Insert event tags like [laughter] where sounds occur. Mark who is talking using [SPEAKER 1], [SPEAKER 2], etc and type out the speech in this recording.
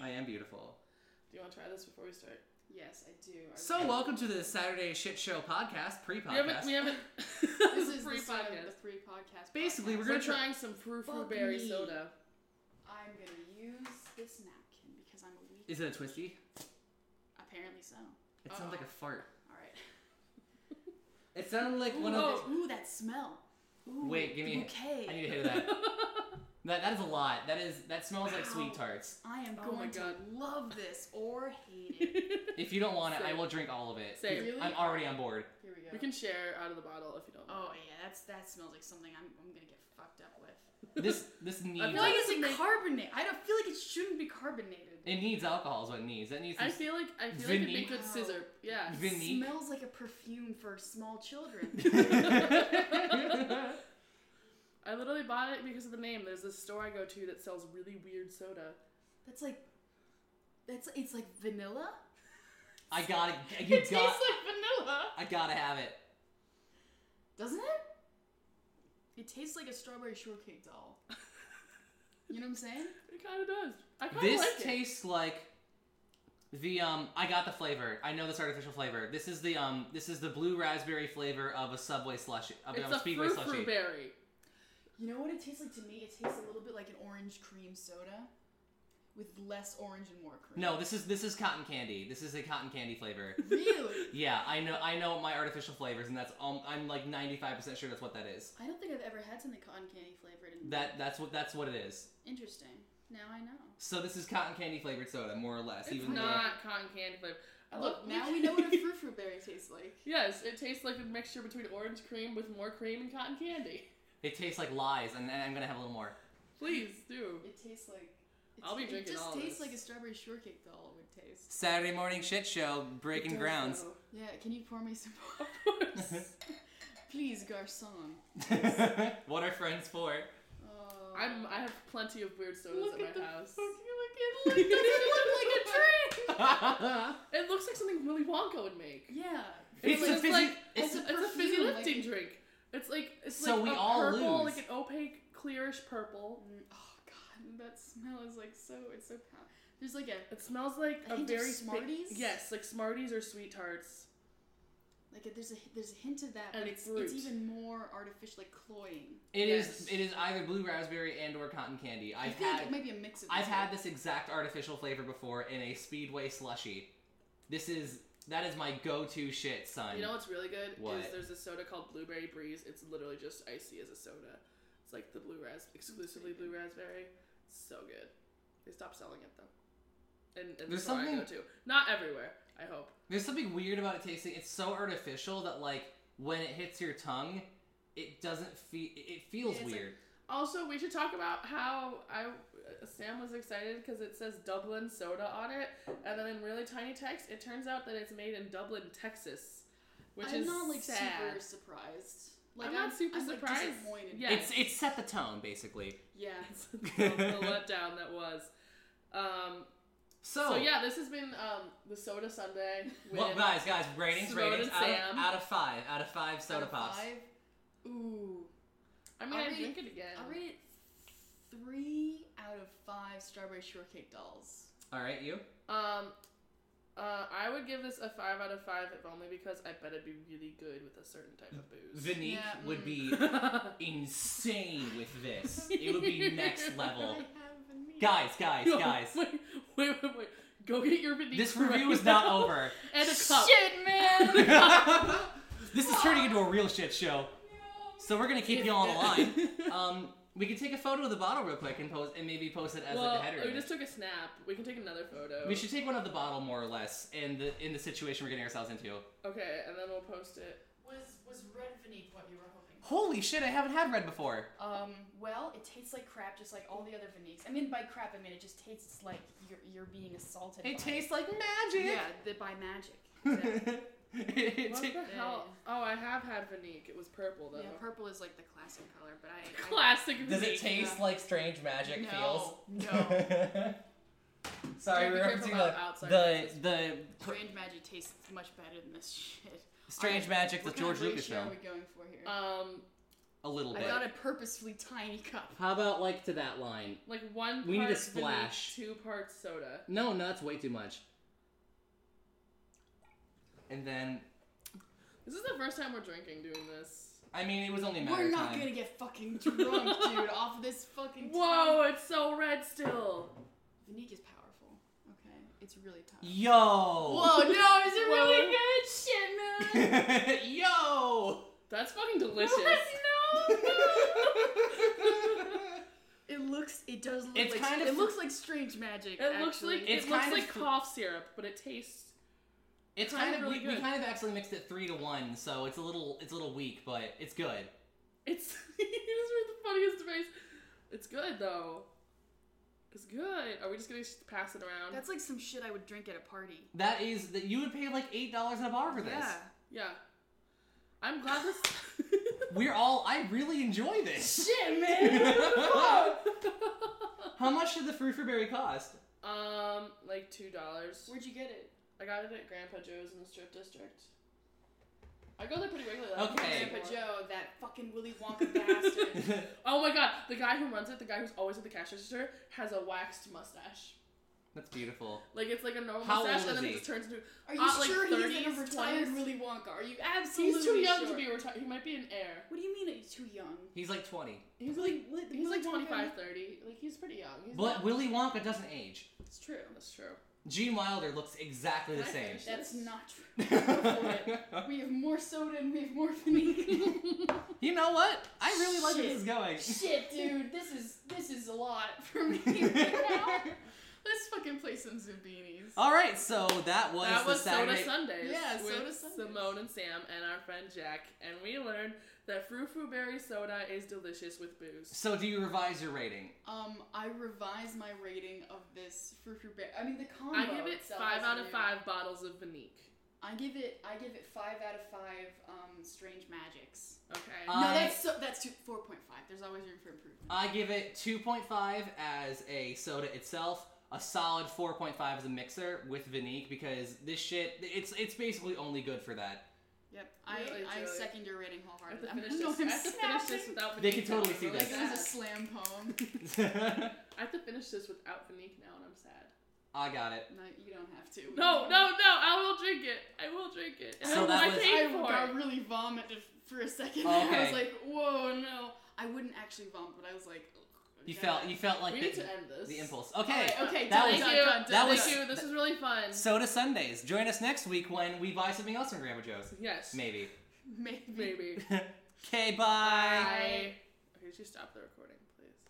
[SPEAKER 1] I am beautiful.
[SPEAKER 2] Do you want to try this before we start?
[SPEAKER 3] Yes, I do. I
[SPEAKER 1] So welcome to the Saturday Shit Show podcast,
[SPEAKER 2] We haven't.
[SPEAKER 1] pre-podcast.
[SPEAKER 2] We haven't. [laughs]
[SPEAKER 3] this is
[SPEAKER 2] free
[SPEAKER 3] the start of
[SPEAKER 2] podcast.
[SPEAKER 3] the free podcast.
[SPEAKER 1] Basically,
[SPEAKER 3] podcast.
[SPEAKER 1] we're
[SPEAKER 2] We're,
[SPEAKER 1] gonna try-
[SPEAKER 2] trying some frou frou
[SPEAKER 3] Fuck
[SPEAKER 2] berry
[SPEAKER 3] me.
[SPEAKER 2] soda.
[SPEAKER 3] I'm gonna use this napkin because I'm a weak.
[SPEAKER 1] Is it a twisty?
[SPEAKER 3] Apparently so. All
[SPEAKER 1] It sounds
[SPEAKER 2] Uh-oh.
[SPEAKER 1] like a fart.
[SPEAKER 3] right.
[SPEAKER 1] It sounded like one
[SPEAKER 2] Whoa.
[SPEAKER 1] of.
[SPEAKER 3] Oh, ooh, that smell. Ooh,
[SPEAKER 1] Wait, give me.
[SPEAKER 3] Okay.
[SPEAKER 1] I need to hear that. that that is a lot. That is that smells like sweet
[SPEAKER 3] Ow.
[SPEAKER 1] tarts.
[SPEAKER 3] I am
[SPEAKER 2] Oh my
[SPEAKER 3] going to
[SPEAKER 2] God.
[SPEAKER 3] love this or hate
[SPEAKER 1] [laughs]
[SPEAKER 3] it.
[SPEAKER 1] If you don't want it, I
[SPEAKER 2] Same.
[SPEAKER 1] will drink all of it.
[SPEAKER 2] Same.
[SPEAKER 3] Really?
[SPEAKER 1] I'm already on board.
[SPEAKER 3] Here we go.
[SPEAKER 2] [laughs] We can share out of the bottle if you don't.
[SPEAKER 3] oh yeah, that's that smells like something I'm, I'm gonna get fucked up with.
[SPEAKER 1] This this
[SPEAKER 3] I
[SPEAKER 1] needs
[SPEAKER 3] feel like
[SPEAKER 2] That's
[SPEAKER 3] it's
[SPEAKER 2] amazing.
[SPEAKER 3] a carbonate. I don't feel like it shouldn't be carbonated.
[SPEAKER 1] it needs alcohol is what it needs. That
[SPEAKER 3] Oh.
[SPEAKER 1] needs
[SPEAKER 2] I
[SPEAKER 1] some
[SPEAKER 2] feel like I feel like it'd be
[SPEAKER 1] Vinny.
[SPEAKER 2] good scissor. Yeah.
[SPEAKER 1] Vin- Vinique.
[SPEAKER 3] smells like a perfume for small children.
[SPEAKER 1] [laughs]
[SPEAKER 2] I literally bought it because of the name. There's this store I go to that sells really weird
[SPEAKER 3] [laughs]
[SPEAKER 2] soda.
[SPEAKER 3] that's like, that's it's like vanilla.
[SPEAKER 1] I gotta you
[SPEAKER 2] it
[SPEAKER 1] got
[SPEAKER 2] tastes like vanilla.
[SPEAKER 1] I gotta have it.
[SPEAKER 3] Doesn't it? It tastes like a strawberry
[SPEAKER 2] [laughs]
[SPEAKER 3] shortcake doll. you know what I'm saying?
[SPEAKER 2] It kind of does. I kind of
[SPEAKER 1] This
[SPEAKER 2] like it.
[SPEAKER 1] tastes like the um I got the flavor. I know this artificial flavor. This is the um this is the blue raspberry flavor of a Subway slushie. Of
[SPEAKER 2] It's
[SPEAKER 1] a
[SPEAKER 2] a
[SPEAKER 1] Speedway
[SPEAKER 2] frou frou
[SPEAKER 1] slushie.
[SPEAKER 2] berry.
[SPEAKER 3] You know what it tastes like to me? It tastes a little bit like an orange cream soda with less orange and more cream.
[SPEAKER 1] No, this is this is cotton candy. This is a cotton candy
[SPEAKER 2] [laughs]
[SPEAKER 1] flavor.
[SPEAKER 3] [laughs]
[SPEAKER 1] [laughs]
[SPEAKER 3] Really?
[SPEAKER 1] Yeah, I know I know my artificial flavors and that's um, I'm like 95% sure that's what that is.
[SPEAKER 3] I don't think I've ever had something cotton candy flavored. In-
[SPEAKER 1] That that's what that's what it is.
[SPEAKER 3] Interesting. Now I know.
[SPEAKER 1] So this is cotton candy flavored soda more or less
[SPEAKER 2] It's
[SPEAKER 1] even though-
[SPEAKER 2] not cotton candy flavor. I
[SPEAKER 3] Look,
[SPEAKER 2] love-
[SPEAKER 3] Oh, now we know
[SPEAKER 2] [laughs]
[SPEAKER 3] what a frou frou berry tastes like.
[SPEAKER 2] Yes, it tastes like a mixture between orange cream with more cream and cotton candy.
[SPEAKER 1] it tastes like lies and, and I'm going to have a little more.
[SPEAKER 2] Please do.
[SPEAKER 3] It tastes like.
[SPEAKER 2] I'll be drinking
[SPEAKER 3] It just
[SPEAKER 2] all of
[SPEAKER 3] tastes
[SPEAKER 2] this.
[SPEAKER 3] like a strawberry shortcake doll would taste.
[SPEAKER 1] Saturday morning shit show breaking grounds.
[SPEAKER 3] Yeah, can you pour me some
[SPEAKER 2] Of
[SPEAKER 3] more? [laughs]
[SPEAKER 2] course. [laughs]
[SPEAKER 3] Please, garçon.
[SPEAKER 1] [laughs] what are friends for?
[SPEAKER 3] Oh.
[SPEAKER 2] I'm. I have plenty of weird sodas
[SPEAKER 1] Look
[SPEAKER 2] at,
[SPEAKER 1] at
[SPEAKER 2] my
[SPEAKER 1] the
[SPEAKER 2] house. [laughs]
[SPEAKER 3] Look, does it look like a drink?
[SPEAKER 2] It looks like something Willy Wonka would make.
[SPEAKER 3] Yeah.
[SPEAKER 1] It's
[SPEAKER 2] like,
[SPEAKER 1] a fizzy-
[SPEAKER 2] like
[SPEAKER 1] it's
[SPEAKER 2] it's,
[SPEAKER 3] a
[SPEAKER 2] a, it's a fizzy
[SPEAKER 3] perfume,
[SPEAKER 2] lifting
[SPEAKER 3] like-
[SPEAKER 2] drink. It's like it's
[SPEAKER 1] So
[SPEAKER 2] like
[SPEAKER 1] we
[SPEAKER 2] a
[SPEAKER 1] all
[SPEAKER 2] purple,
[SPEAKER 1] lose.
[SPEAKER 2] like an opaque, clearish purple.
[SPEAKER 3] Mm, Oh god, that smell is like so. It's so. Pow- There's like a
[SPEAKER 2] It smells like
[SPEAKER 3] I
[SPEAKER 2] a
[SPEAKER 3] think they're
[SPEAKER 2] very
[SPEAKER 3] Smarties?
[SPEAKER 2] Thick, yes, like Smarties or Sweet Tarts.
[SPEAKER 3] like a, there's a there's a hint of that,
[SPEAKER 2] And
[SPEAKER 3] but it's
[SPEAKER 2] fruit.
[SPEAKER 3] it's even more artificial, like cloying.
[SPEAKER 1] It is.
[SPEAKER 2] Yes.
[SPEAKER 1] it is either blue raspberry and or cotton candy.
[SPEAKER 3] I
[SPEAKER 1] I've
[SPEAKER 3] feel like
[SPEAKER 1] had
[SPEAKER 3] it might be a mix of.
[SPEAKER 1] I've
[SPEAKER 3] the
[SPEAKER 1] had
[SPEAKER 3] two.
[SPEAKER 1] this exact artificial flavor before in a Speedway slushie. This is that is my go-to shit, son.
[SPEAKER 2] You know what's really good is
[SPEAKER 1] What?
[SPEAKER 2] there's a soda called Blueberry Breeze. It's literally just icy as a soda. It's like the blue ras exclusively blue raspberry. So good. They stopped selling it though. And, and
[SPEAKER 1] There's
[SPEAKER 2] there's something I go
[SPEAKER 1] something-
[SPEAKER 2] to. Not everywhere, I hope.
[SPEAKER 1] There's something weird about it tasting. It's so artificial that like when it hits your tongue, it doesn't feel. It feels
[SPEAKER 3] Yeah, it's like-
[SPEAKER 1] weird.
[SPEAKER 2] Also, we should talk about how I uh, Sam was excited because it says Dublin soda on it, and then in really tiny text, it turns out that it's made in Dublin, Texas, which
[SPEAKER 3] I'm
[SPEAKER 2] is
[SPEAKER 3] not like
[SPEAKER 2] sad. [laughs]
[SPEAKER 3] super surprised. Like,
[SPEAKER 2] I'm not super
[SPEAKER 3] I'm, Like,
[SPEAKER 2] surprised.
[SPEAKER 3] disappointed.
[SPEAKER 2] Yeah.
[SPEAKER 1] It's it's set the tone basically.
[SPEAKER 3] Yeah.
[SPEAKER 2] the, the letdown that was. Um,
[SPEAKER 1] So,
[SPEAKER 2] So yeah, this has been um, the Soda Sunday. With,
[SPEAKER 1] Well, guys, guys, ratings,
[SPEAKER 2] Simone
[SPEAKER 1] ratings.
[SPEAKER 2] and
[SPEAKER 1] Out of,
[SPEAKER 2] Sam.
[SPEAKER 1] out of five, out of five soda
[SPEAKER 3] Out of
[SPEAKER 1] pops.
[SPEAKER 3] Five. Ooh.
[SPEAKER 2] I mean,
[SPEAKER 3] I'll
[SPEAKER 2] I
[SPEAKER 3] rate-
[SPEAKER 2] drink it again.
[SPEAKER 3] I'll rate it three out of five strawberry shortcake dolls.
[SPEAKER 1] All right, you.
[SPEAKER 2] Um, uh, I would give this a five out of five, if only because I bet it'd be really good with a certain type of booze.
[SPEAKER 1] Vinique
[SPEAKER 3] Yeah,
[SPEAKER 1] would
[SPEAKER 3] mm.
[SPEAKER 1] be insane with this. It would be next level.
[SPEAKER 3] I have a need.
[SPEAKER 1] Guys, guys,
[SPEAKER 2] [laughs] Yo,
[SPEAKER 1] guys.
[SPEAKER 2] wait, wait, wait, wait. Go get your Vinique
[SPEAKER 1] This
[SPEAKER 2] right
[SPEAKER 1] review is
[SPEAKER 2] now.
[SPEAKER 1] not over.
[SPEAKER 2] [laughs] And a cup.
[SPEAKER 3] Shit, man.
[SPEAKER 1] this is turning into a real shit show. [laughs] So we're gonna keep you all
[SPEAKER 2] [laughs]
[SPEAKER 1] online. Um, we can take a photo of the bottle real quick and post, and maybe post it as
[SPEAKER 2] well,
[SPEAKER 1] a header.
[SPEAKER 2] we
[SPEAKER 1] image.
[SPEAKER 2] just took a snap. We can take another photo.
[SPEAKER 1] we should take one of the bottle more or less, and the in the situation we're getting ourselves into.
[SPEAKER 2] Okay, and then we'll post it.
[SPEAKER 3] Was was red Vanique what you were hoping?
[SPEAKER 1] Holy shit! I haven't had red before.
[SPEAKER 3] Um, well, it tastes like crap, just like all the other Vaniques. I mean, by crap, I mean it just tastes like you're you're being assaulted.
[SPEAKER 1] It
[SPEAKER 3] by
[SPEAKER 1] tastes like magic.
[SPEAKER 3] [laughs] Yeah, the, by magic. Exactly.
[SPEAKER 1] [laughs] It
[SPEAKER 2] What
[SPEAKER 1] ta-
[SPEAKER 2] the hell? Oh, I have had Vinique. It was purple though.
[SPEAKER 3] yeah, purple is like the classic color, but I. I
[SPEAKER 2] [laughs] Classic.
[SPEAKER 1] Does
[SPEAKER 2] Vinique.
[SPEAKER 1] it taste
[SPEAKER 3] Yeah.
[SPEAKER 1] like strange magic feels?
[SPEAKER 3] no, no.
[SPEAKER 1] [laughs] Sorry,
[SPEAKER 2] Don't be
[SPEAKER 1] we're
[SPEAKER 2] careful
[SPEAKER 1] referencing
[SPEAKER 2] about
[SPEAKER 1] the
[SPEAKER 2] outside
[SPEAKER 1] the, the
[SPEAKER 3] Strange magic tastes much better than this [laughs] shit.
[SPEAKER 1] strange
[SPEAKER 3] Alright,
[SPEAKER 1] magic, the
[SPEAKER 3] What
[SPEAKER 1] George
[SPEAKER 3] kind of
[SPEAKER 1] Lucas Uh,
[SPEAKER 3] ratio
[SPEAKER 1] film.
[SPEAKER 3] Are we going for here?
[SPEAKER 2] Um,
[SPEAKER 1] a little
[SPEAKER 3] I
[SPEAKER 1] bit.
[SPEAKER 3] got a purposefully tiny cup.
[SPEAKER 1] How about like to that line?
[SPEAKER 2] Like one.
[SPEAKER 1] We need a
[SPEAKER 2] part
[SPEAKER 1] splash.
[SPEAKER 2] vanilla, Two parts soda.
[SPEAKER 1] No, no, that's way too much. And then,
[SPEAKER 2] This is the first time we're drinking doing this.
[SPEAKER 1] I mean, it was only a matter
[SPEAKER 3] We're
[SPEAKER 1] of
[SPEAKER 3] not
[SPEAKER 1] time.
[SPEAKER 3] gonna get fucking
[SPEAKER 1] [laughs]
[SPEAKER 3] drunk, dude, off this fucking.
[SPEAKER 2] Whoa, it's so red still.
[SPEAKER 3] tiny- Vanique is powerful. Okay, it's really tough.
[SPEAKER 1] Yo.
[SPEAKER 3] Whoa, Oh, no,
[SPEAKER 2] Whoa.
[SPEAKER 3] is it really good? Shit, man.
[SPEAKER 1] [laughs]
[SPEAKER 3] [laughs]
[SPEAKER 1] Yo.
[SPEAKER 2] [laughs] That's fucking delicious.
[SPEAKER 3] no. It looks. It does look.
[SPEAKER 1] It's
[SPEAKER 3] like,
[SPEAKER 1] kind of-
[SPEAKER 3] It looks like strange magic.
[SPEAKER 2] It looks like
[SPEAKER 3] actually.
[SPEAKER 1] It's
[SPEAKER 2] it looks
[SPEAKER 1] kind of
[SPEAKER 2] like
[SPEAKER 1] fr-
[SPEAKER 2] cough syrup, but it tastes.
[SPEAKER 1] it's
[SPEAKER 2] Kind
[SPEAKER 1] kind
[SPEAKER 2] of
[SPEAKER 1] of
[SPEAKER 2] really
[SPEAKER 1] we, we
[SPEAKER 2] good.
[SPEAKER 1] kind of actually mixed it three to one, so it's a little it's a little weak, but it's good.
[SPEAKER 2] It's. [laughs] you just made the funniest face. It's good though. It's good. Are we just gonna sh- pass it around?
[SPEAKER 3] That's like some shit I would drink at a party.
[SPEAKER 1] That is that you would pay like eight dollars at a bar for this.
[SPEAKER 3] Yeah.
[SPEAKER 2] yeah. I'm glad this. [laughs]
[SPEAKER 1] We're all I really enjoy this.
[SPEAKER 3] Shit, man.
[SPEAKER 1] How much did the fruit for berry cost? [laughs]
[SPEAKER 2] um, like two dollars.
[SPEAKER 3] [laughs] Where'd you get it?
[SPEAKER 2] I got it at Grandpa Joe's in the Strip District. I go there pretty regularly. I
[SPEAKER 1] Okay.
[SPEAKER 2] don't
[SPEAKER 3] Grandpa
[SPEAKER 2] go there
[SPEAKER 3] Joe, that fucking Willy Wonka
[SPEAKER 1] [laughs]
[SPEAKER 3] bastard.
[SPEAKER 1] That's
[SPEAKER 2] Oh my god, the guy who runs it, the guy who's always at the cash register, has a waxed mustache.
[SPEAKER 1] beautiful.
[SPEAKER 2] Like it's like a normal
[SPEAKER 1] How
[SPEAKER 2] mustache,
[SPEAKER 1] old
[SPEAKER 2] and
[SPEAKER 1] is
[SPEAKER 2] then
[SPEAKER 1] he?
[SPEAKER 2] it just turns into.
[SPEAKER 3] Are you
[SPEAKER 2] Uh, like
[SPEAKER 3] sure he's in
[SPEAKER 2] 30s,
[SPEAKER 3] a retired
[SPEAKER 2] 20s?
[SPEAKER 3] Willy Wonka? Are you absolutely
[SPEAKER 2] He's too young
[SPEAKER 3] sure?
[SPEAKER 2] to be retired. He might be an heir.
[SPEAKER 3] What do you mean he's too young?
[SPEAKER 1] He's like twenty.
[SPEAKER 2] He's
[SPEAKER 3] Willy-
[SPEAKER 2] like
[SPEAKER 3] Willy-
[SPEAKER 2] he's like
[SPEAKER 3] Willy
[SPEAKER 2] 25,
[SPEAKER 3] Wonka-
[SPEAKER 2] 30. Like he's pretty young. He's
[SPEAKER 1] But
[SPEAKER 2] not-
[SPEAKER 1] Willy Wonka doesn't age.
[SPEAKER 3] It's true.
[SPEAKER 2] that's true.
[SPEAKER 1] Gene Wilder looks exactly the
[SPEAKER 2] Can I
[SPEAKER 1] same.
[SPEAKER 2] finish
[SPEAKER 3] That's not true.
[SPEAKER 1] you
[SPEAKER 3] We have more soda and we have
[SPEAKER 1] [laughs]
[SPEAKER 2] [laughs]
[SPEAKER 3] more Finnegan.
[SPEAKER 1] know what? I really like where
[SPEAKER 3] Shit.
[SPEAKER 1] this is going. [laughs]
[SPEAKER 3] Shit, dude, this is this is a lot for me right
[SPEAKER 2] [laughs]
[SPEAKER 3] now. Let's fucking play some Zubinis.
[SPEAKER 1] All right, so that was
[SPEAKER 2] that
[SPEAKER 1] the
[SPEAKER 2] was
[SPEAKER 1] Saturday.
[SPEAKER 2] Soda Sundays.
[SPEAKER 3] Yeah,
[SPEAKER 2] with
[SPEAKER 3] Soda Sundays.
[SPEAKER 2] Simone and Sam and our friend Jack, and we learned that Frou Frou Berry soda is delicious with booze.
[SPEAKER 1] So do you revise your rating?
[SPEAKER 3] Um, I revise my rating of this Frou Frou Bear. I mean, the combo.
[SPEAKER 2] I give it
[SPEAKER 3] itself
[SPEAKER 2] five
[SPEAKER 3] is
[SPEAKER 2] out of
[SPEAKER 3] new.
[SPEAKER 2] five bottles of Vanique.
[SPEAKER 3] I give it. I give it five out of five. Um, strange magics.
[SPEAKER 2] Okay.
[SPEAKER 1] Uh, I-
[SPEAKER 3] no, that's so, that's two, four point five. There's always room for improvement.
[SPEAKER 1] I give it 2.5 as a soda itself, a solid 4.5 as a mixer with Vanique because this shit it's it's basically only good for that. [laughs]
[SPEAKER 3] yep, I,
[SPEAKER 2] Really,
[SPEAKER 3] I
[SPEAKER 2] Julie.
[SPEAKER 3] second your rating
[SPEAKER 2] I have
[SPEAKER 3] wholeheartedly.
[SPEAKER 2] to
[SPEAKER 3] [laughs]
[SPEAKER 2] finish
[SPEAKER 3] I'm- no,
[SPEAKER 2] this. I
[SPEAKER 3] I'm
[SPEAKER 2] have to finish
[SPEAKER 3] snapping.
[SPEAKER 2] this without Vanique.
[SPEAKER 1] They can totally
[SPEAKER 2] I'm
[SPEAKER 1] see
[SPEAKER 2] really
[SPEAKER 1] this.
[SPEAKER 3] Like, [laughs] this is a
[SPEAKER 2] sad.
[SPEAKER 3] slam poem.
[SPEAKER 2] I have to finish this without Vanique now, and I'm sad.
[SPEAKER 1] I got it.
[SPEAKER 3] No, you don't have to.
[SPEAKER 2] [laughs] No,
[SPEAKER 3] [laughs]
[SPEAKER 2] no, no! I will drink it. I will drink it. And
[SPEAKER 1] So
[SPEAKER 2] I,
[SPEAKER 1] that
[SPEAKER 2] I
[SPEAKER 1] was-
[SPEAKER 2] paid
[SPEAKER 3] I
[SPEAKER 2] for
[SPEAKER 3] got
[SPEAKER 2] it.
[SPEAKER 3] really vomited for a second. I
[SPEAKER 1] Okay.
[SPEAKER 3] was like, whoa, no. I wouldn't actually vomit, but I was like,
[SPEAKER 1] You
[SPEAKER 3] God.
[SPEAKER 1] felt you felt like
[SPEAKER 2] we need to
[SPEAKER 1] the,
[SPEAKER 2] end this.
[SPEAKER 1] the impulse. Okay.
[SPEAKER 3] Alright, okay,
[SPEAKER 1] that
[SPEAKER 3] done,
[SPEAKER 1] was
[SPEAKER 2] Thank
[SPEAKER 3] done,
[SPEAKER 2] you.
[SPEAKER 3] done, done,
[SPEAKER 1] that
[SPEAKER 2] Thank
[SPEAKER 1] was-
[SPEAKER 2] you. This was really
[SPEAKER 1] [laughs]
[SPEAKER 2] fun.
[SPEAKER 1] Soda Sundays. Join us next week when we buy something else from Grandpa Joe's.
[SPEAKER 2] yes.
[SPEAKER 1] Maybe.
[SPEAKER 3] [laughs]
[SPEAKER 1] [laughs]
[SPEAKER 3] Maybe.
[SPEAKER 2] Maybe.
[SPEAKER 1] okay,
[SPEAKER 2] Bye.
[SPEAKER 1] bye.
[SPEAKER 2] Okay, did you stop the recording?